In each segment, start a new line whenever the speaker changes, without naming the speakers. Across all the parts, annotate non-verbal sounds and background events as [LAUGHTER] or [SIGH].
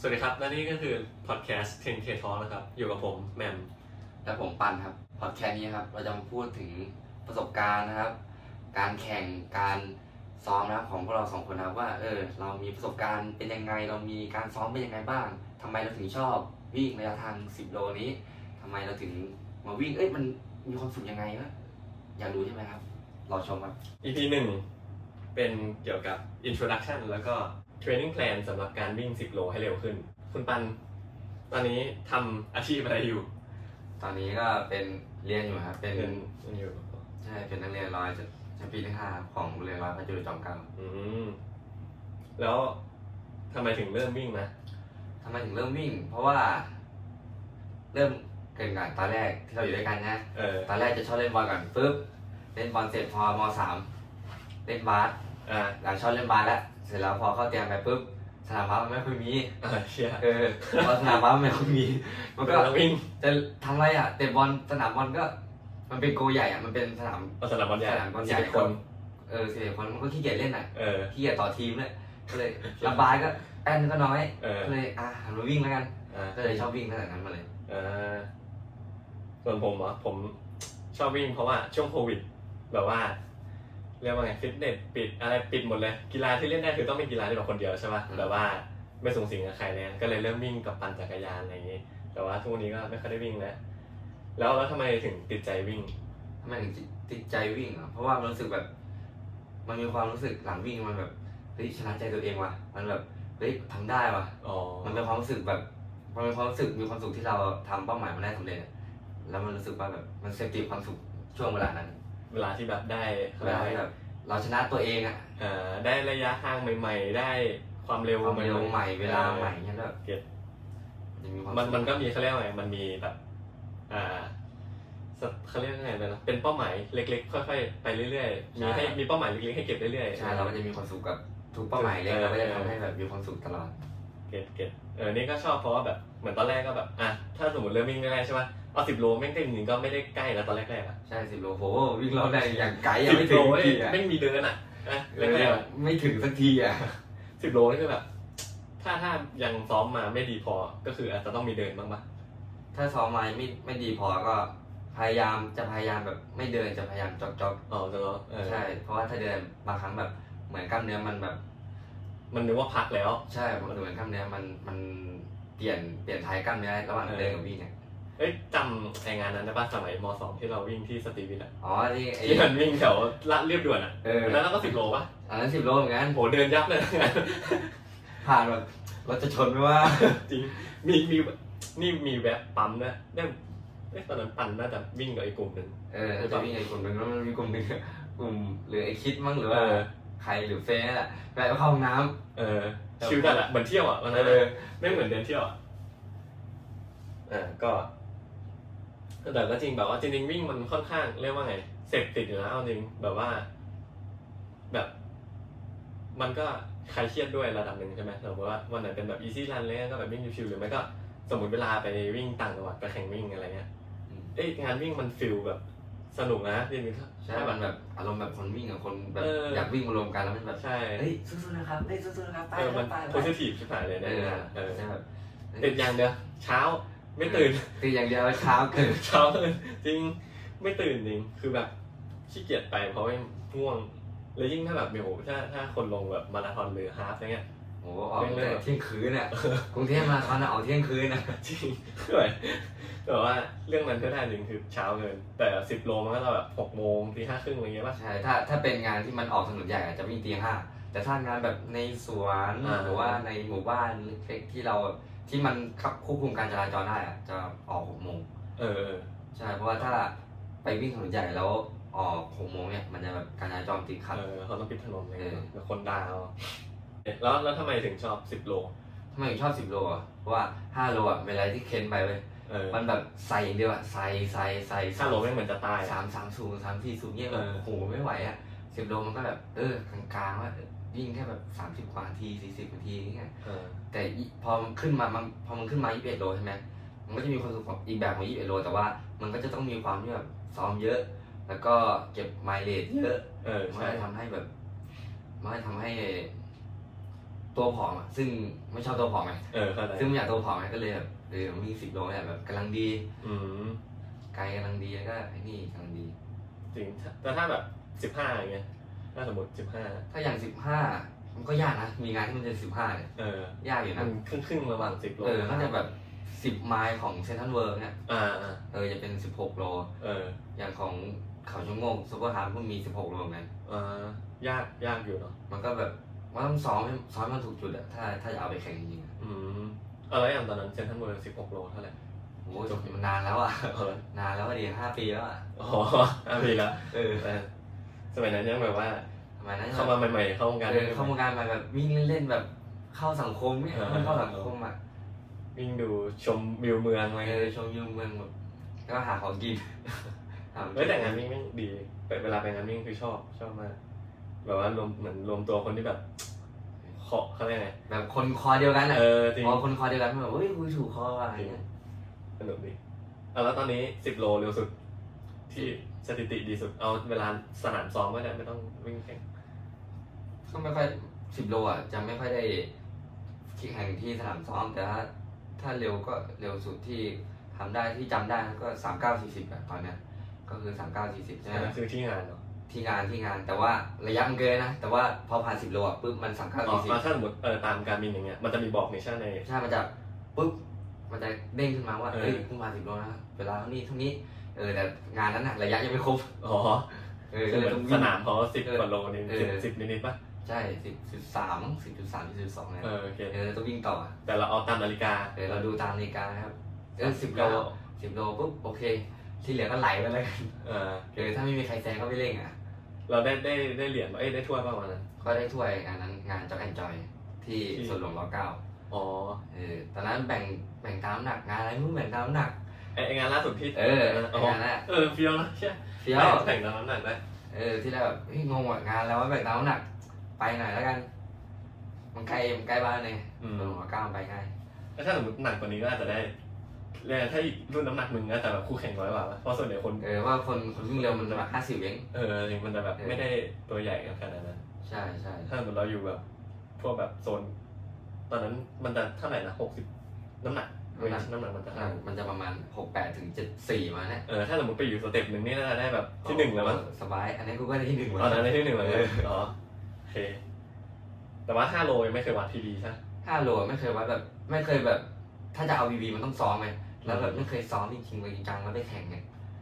สวัสดีครับ และนี่ก็คือพอดแคสต์ 10K Talk นะครับ อยู่กับผมแหมม
และผมปันครับพอดแคสต์นี้ครับ เราจะมาพูดถึงประสบการณ์นะครับ การแข่งการซ้อมนะครับของพวกเราสองคนนะครับว่าเออเรามีประสบการณ์เป็นยังไง เรามีการซ้อมเป็นยังไงบ้างทำไมเราถึงชอบ วิ่งระยะทาง 10 โลนี้ทำไมเราถึงมาวิ่งเอ้ยมันมีความสุขยังไงวะอยากรู้ใช่ไหมครับรอชมครับ
EP หนึ่งเป็นเกี่ยวกับ Introduction แล้วก็ Training Plan สำหรับการวิ่ง 10 โลให้เร็วขึ้น คุณปัน ตอนนี้ทำอาชีพอะไรอยู่
ตอนนี้ก็เป็นเรียนอยู่ครับเป็น
เรียนอยู่
ใช่เป็นนักเรียนร้อยชั้นปีที่ห้าของโรงเรียนร้อยพระจุลจอมเกล้า
อืมแล้วทำไมถึงเริ่มวิ่งนะ
ทำไมถึงเริ่มวิ่ง เพราะว่า เริ่มเกินก่อนตอนแรกที่เราอยู่ด้วยกันนะ
เออ
ตอนแรกจะชอบเล่นบอลก่อนปุ๊บเล่นบอลเสร็จพอมสามเล่นบาส
อ่า
หลังชอบเล่นบาสแล้วเสร็จแล้วพอเข้าเตรียมไปปุ๊บสนามบาสมันไม่ค่อยมี
เออเชีย
เออพอสนามบาสมันไม่ค่อยมี มันก็
เราวิ่ง
จะทำอะไรอ่ะเตะบอลสนามบอลก็ มันเป็นโกใหญ่อ่ะมันเป็นสนาม
เอาสนามบอลใหญ่
สนามบอลใหญ่
สิบคน
เออสิบคนมันก็ขี้เกียจเล่นอ่ะ
เออ
ขี้เกียจต่อทีมเลยก็เลยแล้วบาสก็แป้นก็น้อย
เออ
ก็เลยอ่ะหันมาวิ่งแล้วกัน
อ่า
ก็เลยชอบวิ่งตั้งแต่นั้นมาเลย
อ่าส่วนผมเหรอ่ะผมชอบวิ่งเพราะว่าช่วงโควิด แบบว่า เรียกว่าไงฟิตเนสปิดอะไรปิดหมดเลยกีฬาที่เล่นได้คือต้องเป็นกีฬาที่แบบคนเดียวใช่ป่ะ
อืม
แบบว่าไม่ส่งสิงกับใครเลยก็เลยเริ่มวิ่งกับปั่นจักรยานอะไรอย่างงี้แต่ว่าทุกวันนี้ก็ไม่ค่อยได้วิ่งแล้วแล้วแล้วทำไมถึงติดใจวิ่ง
ทำไมถึงติดใจวิ่งอ่ะเพราะว่ามันรู้สึกแบบ มันมีความรู้สึกหลังวิ่งมันแบบเฮ้ยชนะใจตัวเองว่ะ มันแบบเฮ้ยทำได้ว่ะ
อ๋อ
มันเป็นความรู้สึกแบบมันเป็นความรู้สึกมีความสุขที่เราทำเป้าหมายมันได้สำเร็จอะแล้วมันรู้สึกว่าแบบมันเซฟติความสุขช่วงเวลานั้น
เวลาที่แบบได้เขา
เว
เรียกว่า
ลาที่แบบเราชนะตัวเองอ่ะ
อ่าได้ระยะทางใหม่ ๆ ได้ความเร็ว
ความเร็ว
ๆ
ใหม่เวลาใหม่เงี้ยแล้ว
เก็ต
ยังมีความ
มัน
สุข
มันก็มีเขาเรียกว่าไงมันมีแบบ อ่าสเตเขาเรียกว่าไงนะเป็นเป้าหมายเล็กๆ ค่อยๆ ไปเรื่อยๆ มีให้มีเป้าหมายเล็กๆให้เก็บเรื่อยๆ
ใช่เราก็จะมีความสุขกับทุกเป้าหมายเลยเราก็จะทำให้แบบมีความสุขตลอด
เก็ตเก็ตเออนี่ก็ชอบเพราะว่าแบบเหมือนตอนแรกก็แบบอ่ะถ้าสมมติเริ่มวิ่งง่ายๆใช่ป่ะเอาสิบโลแม่งก็จริงๆก็ไม่ได้ใกล้แล้วตอนแรกๆอ่ะ
ใช่สิบโลโหวิ่งเราได้อย่างไกลอะ
สิ
ไม่
บ
ถึ
โล
งทีอะ
แม่งมีเดินอ่ะนะ
เอ
แร
อก
ๆอะ
ไม่ถึงสักทีอ่ะ
สิบโลนี่คือแบบ ถ้าถ้ายังซ้อมมาไม่ดีพอก็คืออาจจะต้องมีเดินบ้างปะ
[LAUGHS] ถ้าซ้อมมาไม่ไม่ดีพอก็ พยายามจะพยายามแบบไม่เดินจะพยายามจ็อกจ็อก
อ๋อจะรอเออ
ใช่ เพราะว่าถ้าเดินบางครั้งแบบเหมือนกล้ามเนื้อมันแบบ
มันนึกว่าพักแล้ว
ใช่มันเหมือนกล้ามเนื้อมันมันเปลี่ยนเปลี่ยนท้ายกล้ามเนื้อระหว่าง
เออ
เดินกับวิ่งเนี่ย
เอ้ยจำไองานนั้นได้ปะสมัยมสองที่เราวิ่งที่สตรีวิทย์อะ
อ๋อที่ไอ้
ที่มันวิ่งแถวลาดเรียบด่วนอ่ะ
เออ
แล้วก็สิบโลป่ะ
อันนั้นสิบโลเหมือนกัน
โหเดินยับ [LAUGHS] เลยนะ
ผ่านแบบเราจะชนไหมว่า
จริง มีมีนี่มีแวะปั๊มนะได้ไอ้ยตอนนั้นปั่นน่าจะวิ่งกับไอ้กลุ่มหนึ่ง
เออแล้วจะวิ่งไอ้กลุ่มหนึ่งแล้วมันมีกลุ่มหนึ่งกลุ่มหรือไอ้คิดมั้งหรือว่า
เออ
ใครหรือเฟยนั่นแหละไปเข้าห้องน้
เออชิวจัดอะเหมือนเที่ยวอ่ะวัน
ำ
นั้น
เออ
อะไม่เหมือนเดินเที่ยวอ่ะอ่าก็แต่ก็จริงแบบว่าจริงๆวิ่งมันค่อนข้างเรียกว่าไงเสพติดอยู่นะเอาจริงแบบว่า แบบ มันก็คลายเครียดด้วยระดับหนึ่งใช่ไหมสมมติว่าวันไหนเป็นแบบอีซี่รันเลยก็แบบวิ่งชิวๆหรือไม่ก็สมมติเวลาไปวิ่งต่างจังหวัดไปแข่งวิ่งอะไรเงี้ย
อืม
เอ้ยงานวิ่งมันฟิลแบบสนุกนะจริงๆถ้า
ใช่ มันแบบอารมณ์แบบคนวิ่งกับคนแบบ
เออ
อยากวิ่งมารวมกันแล้วมันแบบ
ใช่
เฮ้ยสู้ๆนะครับเฮ้ยสู้ๆนะครับไป
เออ
ค
มั
รับ
น
ไป
โพ
ไป
สิทีฟชิบหายเลย
เอ
นะ
อ
เออ
ใช่แบบ
ติดอย่างเดียวเช้าไม่ตื่น
คืออย่างเดียวเช้าเกิน
เช้าตื่นจริงไม่ตื่นจริงคือแบบขี้เกียจไปเพราะไม่ง่วงแล้วยิ่งถ้าแบบโอ้โหถ้าถ้าคนลงแบบมาราธอนหรือฮาล์ฟอะไรเงี้ย
โอ้โหออกตั้ง
เรื่
แต่
อยๆ
เที่ยงคืนอ่ะกรุงเทพมาราธอนอะออกเที่ยงคืนอ่ะ
จริงด้วยแต่ว่าเรื่องนั้นก็ได้จริงคือเช้าเกินแต่สิบโลมันก็เราแบบหกโมงทีห้าครึ่งอะไรเงี้ยป่ะ
ใช่ถ้าถ้าเป็นงานที่มันออกถนนใหญ่อาจจะวิ่งตีห้าแต่ถ้างานแบบในสวน
อ่า
หรือว่าในหมู่บ้านเล็กๆที่เราที่มันคับควบคุมการจราจรได้อะจะออกหกโมง
เออเออ
ใช่เพราะว่าถ้าไปวิ่งถนนใหญ่แล้วออกหกโมงเนี่ยมันจะแบบการจราจรติดขัด
เออเขาต้องปิดถนนอะไรเงี้ยแล้วคนดาวแล้วแล้วทำไมถึงชอบสิบโล
ทำไมถึงชอบ 10 โลอ่ะ เพราะว่า 5 โลอ่ะเวลาที่เค้นไปเว้ย
เออ
มันแบบใส่อย่างเดียวอ่ะ ใส่ใส่ใส่
ถ้าโลแม่งเหมือนจะตายอะ
สามสามสูงสามสี่สูงเนี่ย
เอ
แบบ
อ
โอ้โหไม่ไหวอ่ะ 10 โลมันก็แบบ เออกลางๆว่ายิ่งแค่แบบ 30 กว่านาที 40นาทีนี่ไง
เออ
แต่อีพอมันขึ้นมามันพอมันขึ้นมา 21 โลใช่ไหมมันก็จะมีความสุขของอีกแบบของ 21 โล แต่ว่ามันก็จะต้องมีความที่แบบซ้อมเยอะ แล้วก็เก็บไมเลจเยอะ
เออ
มัน
ใช่
ก็ทำให้แบบมันก็ทำให้ ตัวผอมอะซึ่งไม่ชอบตัวผอมไง
เออเข้าใจ
ซึ่งไม่อยากตัวผอมไงก็เลยแบบเออมีสิบโลเนี่ยแบบกำลังดี
อืม
ไกลกำลังดีแล้วก็ไอ้นี่กำลังดี
จริงแต่ถ้าแบบสิบห้าอย่างเงี้ยถ้าสมมติสิบห้า
ถ้าอย่างสิบห้ามันก็ยากนะมีงานที่มันจะสิบห้าเนี่ย
เออย
ากอยู่
มั
นะ
นครึ่งครึ่งๆระหว่างสิบโล
เออน่าจะแบบสิบไมล์ของเซนทรัลเวิร์เนี่ย
อ่าอ่า
เออจะเป็นสิบหกโล
เออ
อย่างของเขาชะโงกซูเปอร์ฮาร์ดก็มี 16โลเหมือนกัน
อ่ายากยากอยู่เนาะ
มันก็แบบมันต้องซ้อมให้ซ้อมให้มันถูกจุดอะถ้าถ้าจะเอาไปแข่งจริงๆอะ
อืมเอะไรอย่างตอนนั้นเซนทรัลเวิร์สิบหกโลเท่าไหร่
โอ้ยมันนานแล้วอะ [LAUGHS]
เอ [LAUGHS] อน
านแล้วอะดีห้าปีแล้วอะ
อ๋ออ่ะมีละ
เออ
เออสมัยนั้นยังแบบว่า
ทำไมนะ
เข้ามาใหม่ๆเข้าวงการ
เออเข้าวงการมาแบบวิ่งเล่นๆแบบเข้าสังคมเนี่ยมันเข้าสังคมอะ
วิ่งดูชมวิวเมืองอะไร
เอ
เงี้ย
อชมวิวเมืองแบบแล้วก็หาของกิน [LAUGHS] หาของกิน
เฮ้ยแต่งานวิ่งแม่งดีไปเวลาไปงานวิ่งคือชอบชอบมาก แบบว่ารวมเหมือนรวมตัวคนที่แบบเคาะเขาเรียกไง
แบบคนคอเดียวกันอะ
เออจริง
พอคนคอเดียวกันมันแบบเฮ้ยคุยถูกคอว่ะอะไรเงี้ย
สนุกดีอ่ะแล้วตอนนี้สิบโลเร็วสุด ที่สถิติดีสุดเอาเวลาสนามซ้อมก็ได้ไม่ต้องวิ่งแข่ง
ก็ไม่ค่อยสิบโลอะจะไม่ค่อยได้แข่งที่สนามซ้อมแต่ถ้าถ้าเร็วก็เร็วสุดที่ทำได้ที่จำได้ก็สามเก้าสี่สิบอะตอนเนี้ยก็คือสามเก้าสี่สิบใช่ไหม
นะคือที่งานเนาะ
ที่งานที่งานแต่ว่าระยะมันเกินนะ แต่ว่าพอผ่านสิบโลอ่ะปุ๊บมันสามเก้า
อ๋อ
สี่สิบ
อ่ะถ้าสมมติเออตามการบินอย่างเงี้ยมันจะมีบอกในช่างใน
ใช่มันจะปุ๊บมันจะเด้งขึ้นมาว่า
เออ
เอ้ยเพิ่งผ่านสิบโลนะเวลาเท่านี้เท่านี้เออแต่งานนั้นน่ะระยะยังไม่ครบ
อ๋อ
เออ
คื
ก็
อ
เล
เห
ย
มือน
ต้อ
ส
งวิ่ง
นามเขาสิบกว่าโลนี่
เออ
สิบนิดๆป่ะ
ใช่สิบจุดสามสิบจุดสามจุดสองนะ
เออโอเค
เออต้องวิ่งต่อ
แต่เราเอาตามนาฬิกา
เออเราดูตามนาฬิกานะครับเออสิบโลสิบโลปุ๊บโอเค ที่เหลือก็ไหลไปแล้วกัน
เออ
เออถ้าไม่มีใครแซงก็ไม่เร่งอ่ะ
เราได้ได้ได้เหรียญป่ะเอ้ยได้ถ้วยป่ะวันนั้น
ก็ได้ถ้วยงานนั้นงานจ็อกแอนจอยที่
ที่
สวนหลวงรเก้า
อ๋อ
เออตอนนั้นแบ่งแบ่งตามน้ำหนักงานอะไรไม่รู้แบ่งตามน้ำหนัก
ไอไอ้งานล่าสุดพี่
เออ
เออ
ไอ้งานน่ะ
เออเฟี้ยวนะใช่
เฟี้ยว
แต่งตามน้ำหนักได้
เออ ที่แรกแบบเฮ้ยงงว่ะงานแล้วว่าแบกน้ำหนัก ไปหน่อยแล้วกัน มันใกล้มันใกล้บ้านเลย
อืม
หลวงหัวก้าวไปง่าย
แล้วถ้าสมมติหนักกว่านี้ก็อาจจะได้แล้วถ้าอีกรุ่นน้ำหนักมึงก็แต่แบบคู่แข่งร้อยกว่าป่ะเพราะส่วนใหญ่คน
เออว่าคนคนวิ่งเร็วมันแบบห้าสิบเอง
เออจริงมันจะแบบ
เออ
ไม่ได้ตัวใหญ่กันขนาดนั้น
ใช่ใช่
ถ้าสมมติเราอยู่แบบพวกแบบโซน ตอนนั้นมันจะเท่าไหร่นะหกสิบน้ำหนักเวทน้ำหนักมันจะ
น้ำห
เท่าไห
นัก
ร่
มันจะประมาณหกแปดถึงเจ็ดสี่มาเนี่ย
เออถ้าสมมติไปอยู่สเต็ปหนึ่งนี่น่าจะได้แบบที่หนึ่งแล้วมั้ง
สบาย อันนี้กูก็ได้ที่หนึ่ง
ตอน
แล้
นั้
วน
ได้ที่หนึ่งเหมือนกันเหรอโอเค แต่ว่าห้าโลยังไม่เคยวัดทีดีใช่ไหม
ห้าโลไม่เคยวัดแบบ ไม่เคยแบบ ถ้าจะเอาวีวีมันต้องซ้อมไงแล้วแบบไม่เคยซ้อมจริงๆเลยจริงจังแล้วไปแข่งไง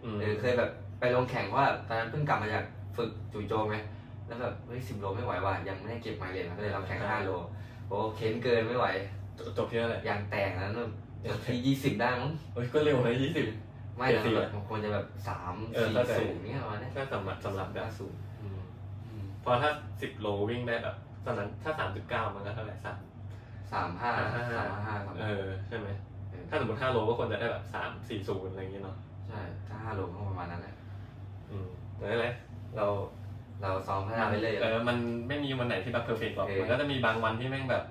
อืม
เออเคยแบบไปลงแข่งเพราะว่าตอนนั้นเพิ่งกลับมาจากฝึกจู่โจมไงแล้วแบบเฮ้ยสิบโลไม่ไหวว่ะยังไม่ได้เก็บมาเลยนะก็เลยลองแข่งห้าโลโอ้เค้นเกินไม่ไหว
จบจบที่เท่าไหร่
ยางแตกแล้วแบบที่ยี่สิบได้มั้ง
เฮ้ยก็เร็วนะยี่สิบ
ไม่
เจ็ด
แต่
สิบ
แบบมันควรจะแบบสาม
เออ
สี่
เข้าใจ
สูงเนี่ยประมาณเนี้ย
ถ้าสำหรับสำหรับแบบ
สูง
อืมเพอถ้าสิบโลวิ่งได้แบบตอนนั้นถ้าสามจุดเก้ามันก็เท่าไหร่สาม
สามห้าสามห้าสาม
เออใช่ไหมถ้าสมมติห้าโลก็ควรจะได้แบบสามสี่ศูนย์อะไรอย่างเงี้ยเนาะ
ใช่ถ้าห้าโลก็ประมาณนั้นแหละ
อืมนั่นแหละเรา
เราซ้อมพัฒนาไปเลย
เออมันไม่มีวันไหนที่แบบเพอร์เฟกต์หรอกมันก็จะมีบางวันที่แม่งแบบ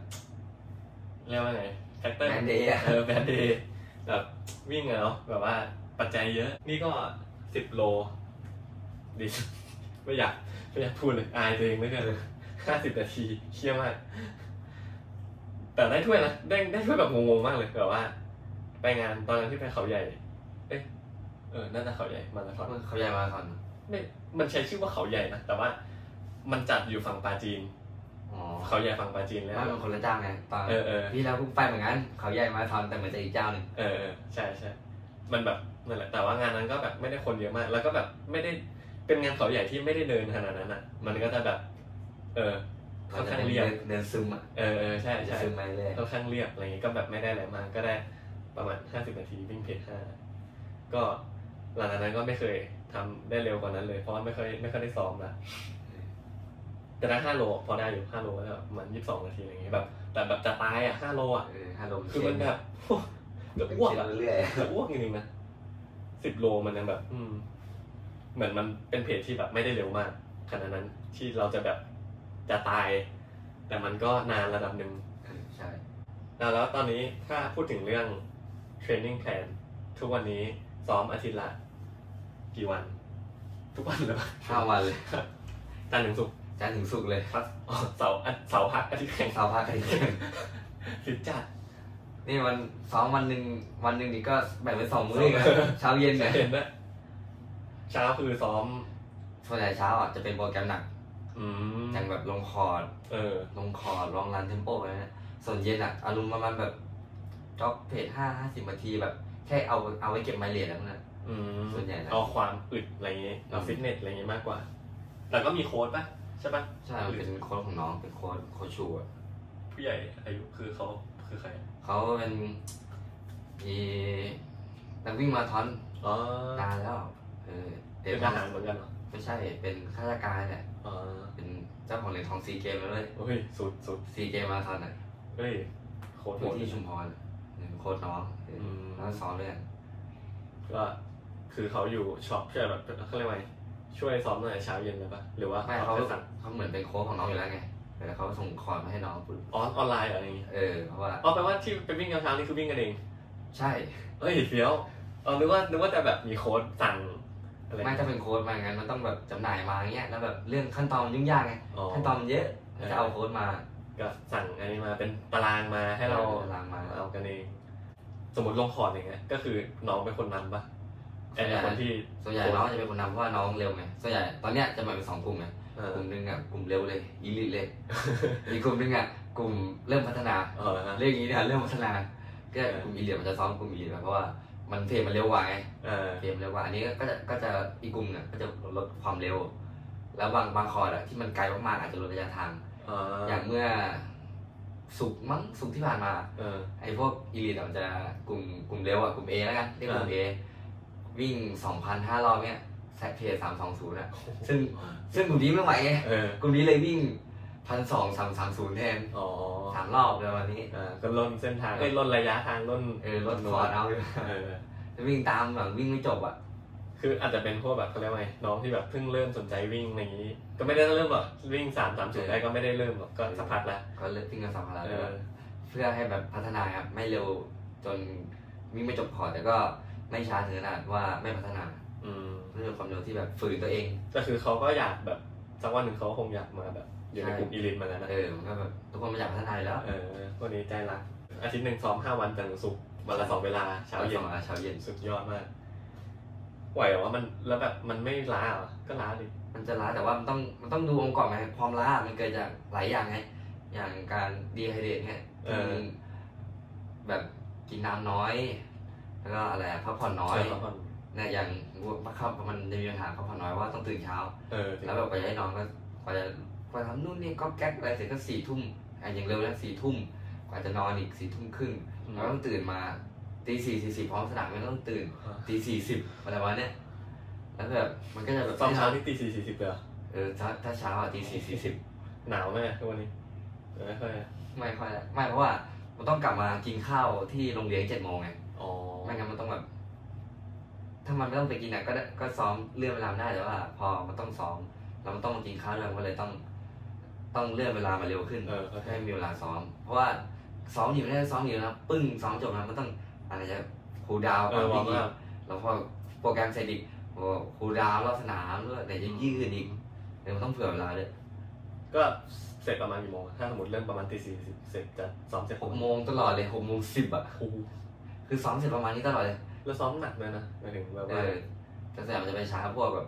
เรียกว่าไงแฟกเตอร์
แมนเดย์อะ
เออแบดเดย์แบบวิ่งอะเนาะแบบว่าปัจจัยเยอะ นี่ก็สิบโลดิไม่อยากไม่อยากพูดเลยอายตัวเองไม่เกินห้าสิบนาทีเคี้ยมาก แต่ได้ถ้วยนะได้ได้ถ้วยแบบงงๆมากเลยแบบว่า ไปงานตอนนั้นที่ไปเขาใหญ่ เอ๊ะเออน่าจะเขาใหญ่มาราธอน
เขาใหญ่มาก่อน
ไม่มันใช้ชื่อว่าเขาใหญ่นะแต่ว่ามันจัดอยู่ฝั่งปาจีน
อ๋อ
เขาใหญ่ฝั่งปาจีนแล้ว
ไม่มันคนละเจ้าไงตอน
เออเออ
พี่แล้วกูไปเหมือนกันเขาใหญ่มาทอนแต่เหมือนจะอีกเจ้าหนึ่ง
เออเออใช่ใช่มันแบบนั่นแหละแต่ว่างานนั้นก็แบบไม่ได้คนเยอะมาก แล้วก็แบบไม่ได้เป็นงานเขาใหญ่ที่ไม่ได้เดินขนาดนั้นอ่ะ มันก็จะแบบ เออค่อนข้างเรียบ
เดินซึมอ่ะ
เออเออใช่ใช่
ซึมไปเลย
ค่อนข้างเรียบอะไรเงี้ยก็แบบไม่ได้อะไรมากก็ได้ประมาณห้าสิบนาทีวิ่งเพจห้าก็หลังจากนั้นก็ไม่เคยทำได้เร็วกว่านั้นเลย เพราะว่าไม่เคยไม่เคยได้ซ้อมละแต่ถ้าห้าโลพอได้อยู่ห้าโลก็ประมันยี่สิบสองนาทีอะไรเงี้ยแบบ แต่แบบจะตายอ่ะห้าโลอ่ะ
เอออารมณ์
คือมันแบบ [LAUGHS] จะอ้
อ้
ว
ว
ก
ก
อ่ะ
เรื่อย
แต่อ้วกจริงๆนะสิบโลมันยังแบบ อืม เหมือนมันเป็นเพจที่แบบไม่ได้เร็วมากขนาดนั้นที่เราจะแบบจะตาย แต่มันก็นานระดับหนึ่ง
เออใช่
แล้วแล้วตอนนี้ถ้าพูดถึงเรื่องเทรนนิ่งแพลนทุกวันนี้ซ้อมอาทิตย์ละ กี่วัน ทุกวันหรือเปล่า
ห้าวันเลย
จันทร์ถึงศุกร์
จันทร์ถึงศุกร์เลย
ครับอ๋อเสาร์อ่ะเสาร์พักอาทิตย์ [LAUGHS] แข่ง
สาวพักกัน
หรือจัด
นี่วันซ้อมวันหนึ่งวันหนึ่งนี่ก็แบ่งเป็นสองมื้อเลยนะ
[LAUGHS]
เช้าเย็นเนี่ย
เห็นไหมเช้าคือซ้อม
ส่วนใหญ่เช้าอ่ะจะเป็นโปรแกรมหนัก
อืม
อย่างแบบลงคอร์ด
เออ
ลงคอร์ดลองรันเทมโปอะไรนะส่วนเย็นอ่ะอารมณ์ประมาณแบบจ็อกเพจห้าห้าสิบนาทีแบบ แค่เอาเอาไว้เก็บไมเลสแล้วนะ
อืม
ส่วนใหญ่นะ
เอาความอึดอะไรเงี้ยเอา
อืม
ฟิตเนสอะไรเงี้ยมากกว่า แต่ก็มีโค้ดปะใช่ปะ
ใช่มันเป็นโค้ดของน้องเป็นโค้ดโคชชูอะ
ผู้ใหญ่อายุคือเขาคือใคร
เขาเป็นมีนักวิ่งมาราธอน
อ๋อน
านแล้วเออ
เป็นทหารเหมือนกันเหรอ
ไม่ใช่เป็นข้าราชการแหละ
อ๋อ
เป็นเจ้าของเหรียญทองซีเกมแล้วเลย
เฮ้ยสุดสุด
ซีเกมมาราธอนอ่ะ
เฮ้ยโค้ด
อ
โห
ยู่
ด
ที่ชุมพรเป็นโค้ดน้องเอออ
ม
แล้วซ้อมด้วยกัน
ก็คือเขาอยู่ช็อปช่วยแบบเขาเรียกว่าไงช่วยซ้อมตั้งแต่เช้าเย็นเลยปะหรือว่า
ไม่เขา
แค่สั่ง
เขาเหมือนเป็นโค้ดของน้องอยู่แล้วไงแต่เขาส่งคอร์ดมาให้น้องปุ๊บ
อ๋อออนไลน์เหรออะไรอย่างงี้
เออเพราะว่า
อ๋อแปลว่าที่ไปวิ่งกันเช้านี่คือวิ่งกันเอง
ใช่
เอ้ยเฟี้ยวเออนึกว่านึกว่าจะแบบมีโค้ดสั่งอะไร
ไม่ถ้าเป็นโค้ดมางั้นมันต้องแบบจำหน่ายมาอย่างเงี้ยแล้วแบบเรื่องขั้นตอนมันยุ่งยากไงขั้นตอนมันเยอะถ้าจะเอาโค้ดมา
ก็สั่งอันนี้มาเป็นตารางมาให้เรา
ตารางมา
เอากันเอง สมมติลงคอร์ดอย่างเงี้ยก็คือน้องเป็นคนนั้นปะไอไอ้คนที่
ส่วนใหญ่น้องจะเป็นคนนำเพราะว่าน้องเร็วไงส่วนใหญ่ตอนเนี้ยจะแบ่งเป็นสองกลุ่มไง
เอก อ
ลุ่มหนึงอ่ะกลุ่มเร็วเลยอีลิทเลยอีกกลุ่มหนึงอ่ะกลุ่มเริ่มพัฒนา
[LAUGHS] เออฮะ
เรียกอย่างนี้เนี่ยเริ่มพัฒนาก็
เออ
กลุ่มอีลิทมันจะซ้อมกลุ่มอีลิทเพราะว่ามันเทรนมันเร็วกว่าไง
เออ
เกมเร็วกว่าอันนี้ก็จะก็จะอีกกลุ่มเนี่ยก็จะลดความเร็ว แล้วบางบางคอร์ดอะที่มันไกลมากๆอาจจะลดระยะทาง
เออ
อย่างเมื่อสุกร์มั้งสุกร์ที่ผ่านมา
เออ
ไอ้พวกอีลีดมันจะกลุ่มกลุ่มเร็วอะกลุ่ม A แล้วกันเรียกกลุ่ม A วิ่ง 2,500รอบเนี่ยแซทเพจ320อะซึ่งซึ่งกลุ่มนี้ไม่ไหวไง
เออก
ลุ่มนี้เลยวิ่ง 1,2330 แทน
อ๋อ
สามรอบเลยวันนี้
เออก็ล่นเส้นทางเอ้ยล่นระยะทางล่น
เออลดคอร์ดเอา
เออ
จะวิ่งตามหลังวิ่งไม่จบอะ
คืออาจจะเป็นพวกแบบเขาเรียกว่าไงน้องที่แบบเพิ่งเริ่มสนใจวิ่งอะไรอย่างงี้ ก็ไม่ได้เริ่มหรอกวิ่งสามสามจุดได้ก็ไม่ได้เริ่มหรอกก็สักพักละ
ก็เลิกวิ่งกันสองพันแล้ว
เอ
ด้วย
อ
เพื่อให้แบบพัฒนาครับไม่เร็วจนวิ่งไม่จบพอร์ตแต่ก็ไม่ช้าถึงขนาดว่าไม่พัฒนา
อืม
เรื่องความเร็วที่แบบฝืนตัวเอง
แต่คือเขาก็อยากแบบสักวันหนึ่งเขาคงอยากมาแบบอยู่ในกลุ่มอีลิทมาแล้วนะ
เออมันก็แบบทุกคนมันอยากพัฒนาอยู่แล้ว
เออวันนี้ใจรัก อาทิตย์หนึ่งซ้อมห้าวันจันทร์ถึงศุกร์วันละสองเวลาเช้าเย็น
อเช้าเย็น
สุดยอดมากไหวเหรอว่ามันแล้วแบบมันไม่ล้าเหรอก็ล้าดิ
มันจะล้าแต่ว่ามันต้องมันต้องดูองค์กรไหมความล้ามันเกิดจากหลายอย่างไงอย่างการดีไฮเดรตเนี่ยกินแบบกินน้ำน้อย แล้วก็อะไรอะพักผ่อนน้อย
ใช่ครับผม
เนี่ยอย่างพักผ่อนมันจะมีปัญหาพักผ่อนน้อยว่าต้องตื่นเช้า
เออจริง
แล้วแบบกว่าจะให้นอนก็กว่าจะกว่าทำนู่นนี่ก็แก๊กอะไรเสร็จก็สี่ทุ่มอ่ะอย่างเร็วแล้วสี่ทุ่มกว่าจะนอนอีกสี่ทุ่มครึ่ง
อืม
แล้วต้องตื่นมาตีสี่สี่สิบพร้อมสนามไม่ต้องตื่นตีสี่สิบอะไรวะเนี่ยแล้วแบบมันก็จะแบบ
ซ้อมเช้าที่ตีสี่สี่สิบเลยเหรอ
เออถ้าถ้าเช้าอ่ะตีสี่สี่สิบ
หนาวไหมทุกวันนี้เออไม่ค่อยอะ
ไม่ค่อยละไม่เพราะว่ามันต้องกลับมากินข้าวที่โรงเรียนเจ็ดโมงไง
อ๋อ
ไม่งั้นมันต้องแบบ ถ้ามันไม่ต้องไปกินอ่ะก็ได้ก็ซ้อมเลื่อนเวลาได้แต่ว่า พอมันต้องซ้อมแล้วมันต้องมากินข้าวด้วยมันก็เลยต้อง ต้องเลื่อนเวลามาเร็วขึ้น
เออเข้าใจ
ให้มีเวลาซ้อม เพราะว่าซ้อมอยู่ไม่ได้ซ้อมอยู่นะปึ้งซ้อมจบแล้วมันต้องอะไรจะคูลดาวน์
เออวอร์ม
อี
อั
ก
พ
แล้วพอโปรแกรมเสร็จอีกโอ้คูลดาวน์รอบสนามด้วยไหนจะยืดอีกเดี๋ยวมันต้องเผื่อเวลาเลย
ก็เสร็จประมาณกี่โมงอะถ้าสมมติเริ่มประมาณตีสี่สิบเสร็จจะซ้อมเสร็จ
หกโมงตลอดเลยหกโมงสิบอ่ะ
ครู
คือซ้อมเสร็จประมาณนี้ตลอดเลย
แล้วซ้อมหนักเลยนะหมายถึงแบบ
เอ
ว่า
อแต่สนามมันจะไปช้าพวกแบบ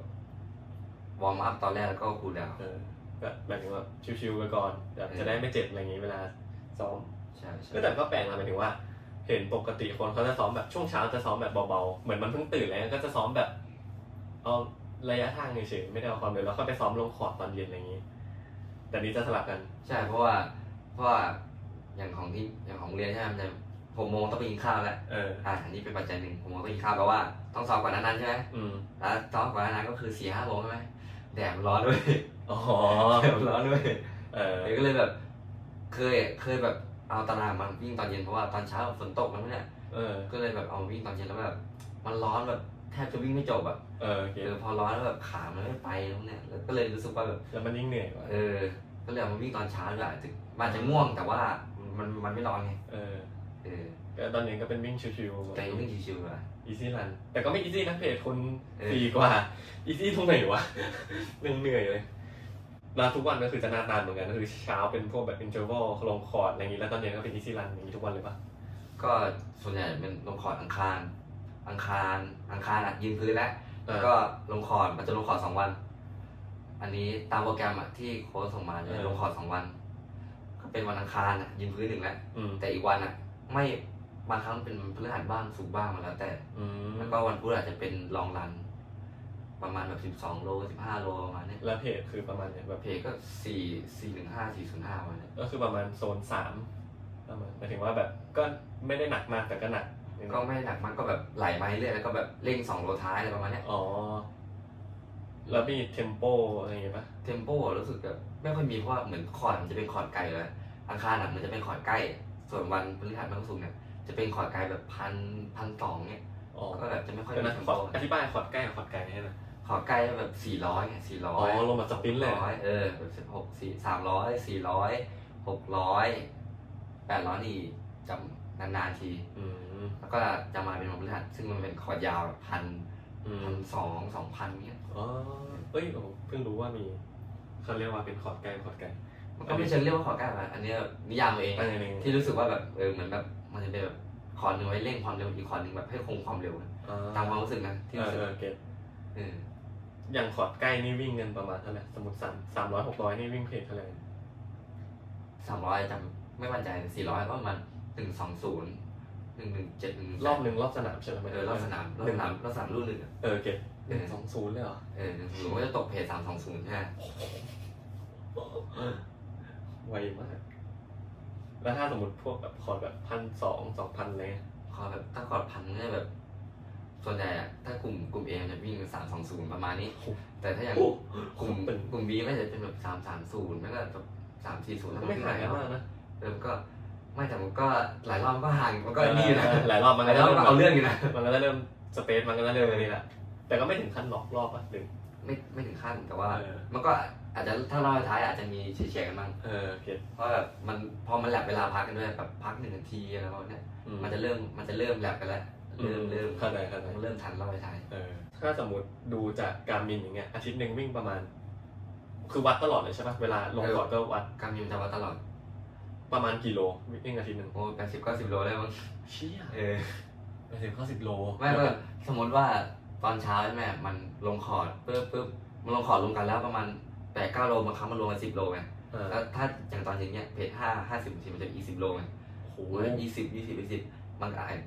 วอร์มอัพตอนแรกแล้วก็คูลดาวน์
เออแบบแบบถึงว่าชิวๆไปก่อนแบบจะได้ไม่เจ็บอะไรอย่างนี้เวลาซ้อม
ใช่ใช่
ก็แต่ก็แปลกนะหมายถึงว่า เห็นปกติคนเขาจะซ้อมแบบช่วงเช้าจะซ้อมแบบเบาๆเหมือนมันเพิ่งตื่นแล้วก็จะซ้อมแบบ เอาระยะทางเฉยๆไม่ได้เอาความเร็วแล้วก็ไปซ้อมลงคอร์ดตอนเย็นอะไรอย่างนี้ แต่นี้จะสลับกัน
ใช่เพราะว่าเพราะว่าอย่างของที่อย่างของเรียนใช่ไหมมันจะหกโมงต้องไปกินข้าวแล้ว
เออ
อ่าอันนี้เป็นปัจจัยหนึ่งผมก็กินข้าวแปลว่าต้องซ้อมก่อนนั้นๆใช่ไหม
อืม
แล้วซ้อมก่อนนั้นๆก็คือสี่ห้าโมงใช่ไหมแดดมันร้อนด้วย
อ๋อ
[LAUGHS] แดดมันร้อนด้วย
เออ
เดี๋ยวก็ [LAUGHS] เลยแบบ เคยเคยแบบเอาตารางมาวิ่งตอนเย็นเพราะว่าตอนเช้าฝนตกแล้วเนี่ย
เออ
ก็เลยแบบเอามาวิ่งตอนเย็นแล้วแบบมันร้อนแบบแทบจะวิ่งไม่จบอ่ะ
เออโอเค
เดี๋ยวพอร้อนแล้วแบบขามันไม่ไปแล้วเนี่ยแล้วก็เลยรู้สึกว่าแบบ
แล้วมันยิ่งเหนื่อยกว่า
เออ ก็เลยเอามาวิ่งตอนเช้าด้วยถึงมันอาจจะง่วงแต่ว่ามันมันไม่ร้อนไง
เออ
เออ
ก็ตอนเย็นก็เป็นวิ่งชิว
แต่ก็
ๆ
วิ่งชิวๆอ่ะ
อีซี่รันแต่ก็ไม่อีซี่นะเพจคน
เออ
[LAUGHS] สี่กว่าอีซี่ตรงไหนวะ เหนื่อยๆเลย แล้วทุกวันก็คือจะหน้าตาเหมือนกันก็คือเช้าเป็นพวกแบบอินเทอร์วลลงคอร์ดอะไรอย่างนี้แล้วตอนเย็นก็เป็นอีซี่รันอย่างนี้ทุกวันเลยปะ
ก็ส่วนใหญ่เป็นลงคอร์ดอังคาร อังคาร อังคารอ่ะยืนพื้นแล้ว
อ่า
ก็ลงคอร์ดมันจะลงคอร์ดสองวัน อันนี้ตามโปรแกรมอะที่โค้ชส่งมาจะ
เออ
ลงคอร์ดสองวัน ก็เป็นวันอังคารอะยืนพื้นหนึ่งแล้ว
อืม
แต่อีกวันอ่ะ ไม่บางครั้งเป็นพฤหัสบ้างสุกร์บ้างมาแล้ว แต่
อืม
แล้วก็วันพุธอาจจะเป็นลองรัน ประมาณแบบสิบสองโลสิบห้าโลประมาณเนี้ย
แล้วเพจคือประมาณเนี้ยแบบ
เพจก็สี่สี่หนึ่งห้าสี่ศูนย์ห้าประมาณเนี้ย
ก็คือประมาณโซนสามประมาณหมายถึงว่าแบบก็ไม่ได้หนักมากแต่ก็หนักนิดนึง
ก็ไม่หนักมันก็แบบไหลมาเรื่อยๆแล้วก็แบบเร่งสองโลท้ายอะไรประมาณเนี้ย
อ๋อแล้วมีเทมโปอะไรอย่างงี้ปะ
เทมโปอะรู้สึกแบบไม่ค่อยมีเพราะว่าเหมือนคอร์ดมันจะเป็นคอร์ดไกลแล้วอังคารอ่ะมันจะเป็นคอร์ดใกล้ ส่วนวันพฤหัสมันก็สูงเนี่ยจะเป็นคอร์ดไกลแบบพันพันสองเนี่ย
อ๋อ
ก็แบบจะไม่ค่อย
เดี๋ยว
มี
นะ
เท
ข
มโป
ออธิบายคอร์ดใกล้กับคอร์ดไกลให้หนะ
คอร์ดใกล้แบบสี่ร้อยสี่ร้อ
อ๋
ย
อลงมาสปรินต์เลย
เออแบบสิบหกสี่สามร้อยสี่ร้อยหกร้อยแปดร้อยนี่จำนานๆที
อืม
แล้วก็จะมาเป็นวันพฤหัสซึ่งมันเป็นคอร์ดยาวแบบพัน
อื
พั
ม
นสองสองพันเนี่ย
อ๋อเอ้ยผมเพิ่งรู้ว่ามีเขาเรียกว่าเป็นคอร์ดไกลคอร์ดไกล
มันก็ไม่เชิงเรียกว่าคอร์ดใกล้อะอันเนี้ยนิยามเอาเอง
อัน
นะ
หนึ่ง
ที่รู้สึกว่าแบบเออเหมือนแบบมันจะเป็นแบบคอร์ดหนึ่งไว้เร่งความเร็วอีกคอร์ดหนึ่งแบบให้คงความเร็วนะ
อ่
ตามความรู้สึกนะที่
เออ
รู้สึก
เออเก็ต
เออ
อย่างคอร์ดใกล้นี่วิ่งกันประมาณเท่าไหร่สมมติสามสามร้อยหกร้อยนี่วิ่งเพลงเท่าไหร่
สามร้อยจำไม่มั่นใจสี่ร้อยก็ประมาณหนึ่งสองศูนย์หนึ่งหนึ่งเจ็ดหนึ่ง
รอบหนึ่งรอบสนามใช่ไหม
เออรอบสนามรอบสนามรอบสนามรุ่นหนึ่งอะ
เออเก็ตหนึ่งสองศูนย์เลยเหรอ
เออหนึ่งศูนย์ก็จะตกเพจสามสองศูนย์ใช่ไหม
ไวมาก แล้วถ้าสมมติพวกแบบคอร์ดแบบพันสองสองพันอะไรเงี้ย
คอร์ดแบบถ้าคอร์ดพันก็จะแบบ ส่วนใหญ่อะถ้ากลุ่มกลุ่มเอจะวิ่งสามสองศูนย์ประมาณนี้ แต่ถ้าอย่างกลุ่มกลุ่มบีก็จะเป็นแบบสามสามศูนย์ไม่ก็แบบสามสี่ศูนย์
ไม่ห่างกันมากนะ
เออมันก็ไม่แต่มันก็หลายรอบมันก็ห่างมันก็นี่นะ
หลายรอบมัน
ห
ก็
ลายร
จะ
อบ
เริ่ม
มันเอาเรื่องอยู่นะ
มันก็จะเริ่มสเปซมันก็จะเริ่มอันนี้แหละแต่ก็ไม่ถึงขั้นล็อกรอบอ่ะหนึ่ง
ไม่ไม่ถึงขั้นแต่ว่า
เออ
มันก็อาจจะถ้ารอบสุดท้ายอาจจะมีเฉียดๆกันบ้าง
เออเก็ต
เพราะแบบมันพอมันแลบเวลาพักกันด้วยแบบพักหนึ่งนาทีอะไรประมาณเนี้ย
อื
มันจะเริ่มมันจะเริ่มแลบกันแล้วเริ่มเริ่ม
เข้าใจเข้าใจ
มันเริ่มทันรอบสุดท้าย
เออถ้าสมมติดูจากการมินอย่างเงี้ยอาทิตย์หนึ่งวิ่งประมาณ คือวัดตลอดเลยใช่ปะเวลาลงก่อนก็วัด
กำยิมจะวัดตลอด
ประมาณกี่โลวิ่งอาทิตย์หนึ่ง
โอ้แปดสิบเก้าสิบโลได้มั้ง
เชี่ย
เออ
ไปถึงข้าสิบโล
ไม่ก็สมมติว่าตอนเช้าใช่ไหมมันลงคอร์ดปึ๊บปึ๊บมันลงคอร์ดรวมกันแล้วประมาณแปดเก้าโลบางครั้งมันลงกันสิบโลไง
เออ
แล้วถ้าอย่างตอนเย็นเนี่ยเพจห้าห้าสิบนาทีมันจะอีสิบโลไง
โอ้โห
ยี่สิบยี่สิบยี่สิบบางอาจ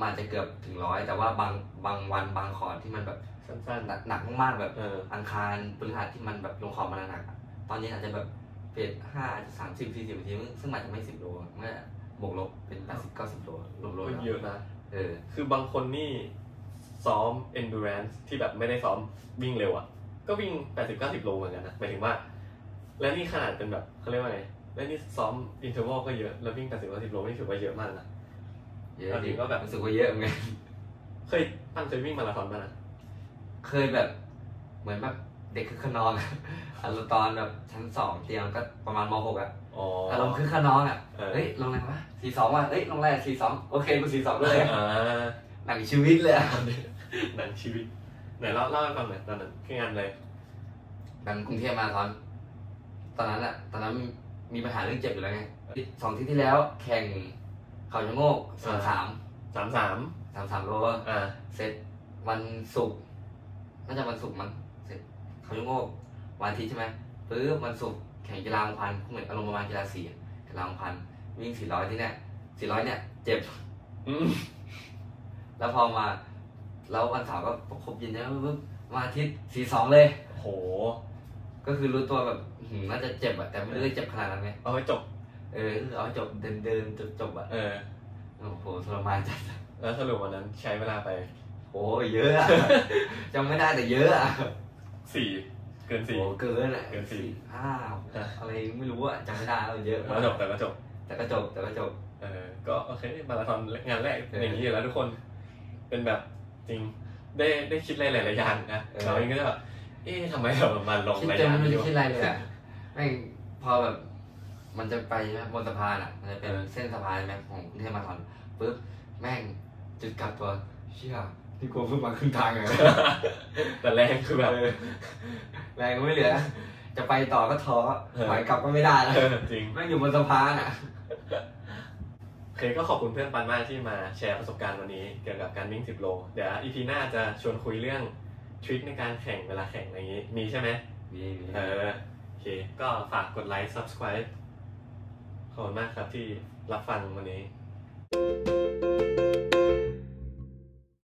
มันอาจจะเกือบถึงร้อยแต่ว่าบางบางวันบางคอร์ดที่มันแบบ
สั้น
หนักหนักมากๆแบบ
ๆเออ
อังคารพฤหัสที่มันแบบลงคอร์ดมาหนักๆอะตอนเย็นอาจจะแบบเพจห้าจะสามสิบสี่สิบนาทีซึ่งซึ่งมันอาจจะไม่สิบโลเมื่อบวกลบเป็นแปดสิบเก้าสิบโลรวมๆ
ก็
แล้ว
เยอะนะ
เออ
คือบางคนนี่ซ้อม endurance ที่แบบไม่ได้ซ้อมวิ่งเร็วอ่ะ ก็วิ่งแปดสิบเก้าสิบโลเหมือนกันนะหมายถึงว่า และนี่ขนาดเป็นแบบเขาเรียกว่าไงและนี่ซ้อม interval ก็เยอะแล้ววิ่งแปดสิบเก้าสิบโลนี่ถือว่าเยอะมากนะ
เยอะ
เอาจริงก็แบบ
รู้สึกว่าเยอะเหมือนกัน
เคยปั้นเคยวิ่งมาราธอนป่ะนะ
เคยแบบ เหมือนแบบเด็กคือขนองอะ [LAUGHS] อารมณ์ตอนแบบชั้นสองเตรียมก็ประมาณมหกอะ
อ๋อ
อารมณ์คือขนองอะ
เออ
เฮ้ยลงอะไรวะสี่สองว่ะเฮ้ยลงอะไรสี่สองโอเคกูสี่สองเลย
อ่า
หนังชีวิตเลยอะ
หนังชีวิตไหนเล่าเล่าให้ฟังหน่อยตอนนั้นคืองานอะไร
หนังกรุงเทพมาราธอนตอนนั้นอะตอนนั้นมีปัญหาเรื่องเจ็บอยู่แล้วไงสองที่ที่แล้วแข่งเขาชะโงกสามสาม
สามสาม
สามสามโล
อ่า
เสร็จวันศุกร์น่าจะวันศุกร์มั้งเสร็จเขาชะโงกวันอาทิตย์ใช่ไหมปึ๊บวันศุกร์แข่งกีฬาองพันเหมือนอารมณ์ประมาณกีฬาสีอะกีฬาองพันวิ่งสี่ร้อยที่เนี่ยสี่ร้อยเนี่ยเจ็บ
อืม
แล้วพอมา แล้ววันเสาร์ก็ประคบเย็นใช่ไหมปุ๊บมาอาทิตย์สี่สองเลย
โห
ก็คือรู้ตัวแบบหืมน่าจะเจ็บอะแต่ไม่รู้จะเจ็บขนาดนั้นไง
เอาให้จบ
เออเอาให้จบเดินเดินจบจบอะ
เออ
โอ้โหทรมานจัด
แล้วสรุปวันนั้นใช้เวลาไป
โอ้ยเยอะอะ [LAUGHS] จำไม่ได้แต่เยอะอะ
สี่เกิน
โอ้
สี่
โหเกินอะ
เกินสี่
ห้า
อ่ะ
อะไรไม่รู้อะจำไม่ได้แล้วเยอะ
แล้วจบแต่ก็จบ
แต่ก็จบแต่ก็จบ
เออ ก็โอเคมาราธอนงานแรก
เออ
อย่างนี้อยู่แล้วทุกคน เป็นแบบจริง ได้ได้คิดหลายๆอย่างนะ
เออ
เราเองก็จะแบบ เอ๊ะทำไมเรามาลง
คิด
ราย
จน
การ
ไม่
นี้
รู้
วะ
คิดอะไรเลยอะ
[LAUGHS]
แม่งพอแบบมันจะไปใช่ไหมบนสะพานอะมันจะเป็น
เออ
เส้นสะพานใช่ไหมของกรุงเทพมหานครปุ๊บแม่งจุดกลับตัวเชี่ยที่กลัวเพิ่งมาครึ่งทางเลย
แต่แรกคือแบบ
แรงก็ไม่เหลือ จะไปต่อก็ท้อ
เออ
ถอยกลับก็ไม่ได้แล้ว
เออจริง
แม่งอยู่บนสะพานอ่ะ
โอเคก็ขอบคุณเพื่อนปันมากที่มาแชร์ประสบการณ์วันนี้เกี่ยวกับการวิ่ง 10 โล เดี๋ยวอีพีหน้าจะชวนคุยเรื่องทริคในการแข่งเวลาแข่งอะไรอย่างนี้ มีใช่ไหม
มีมี
เออโอเค ก็ฝากกดไลค์ subscribe ขอบคุณมากครับที่รับฟังวันนี้
ค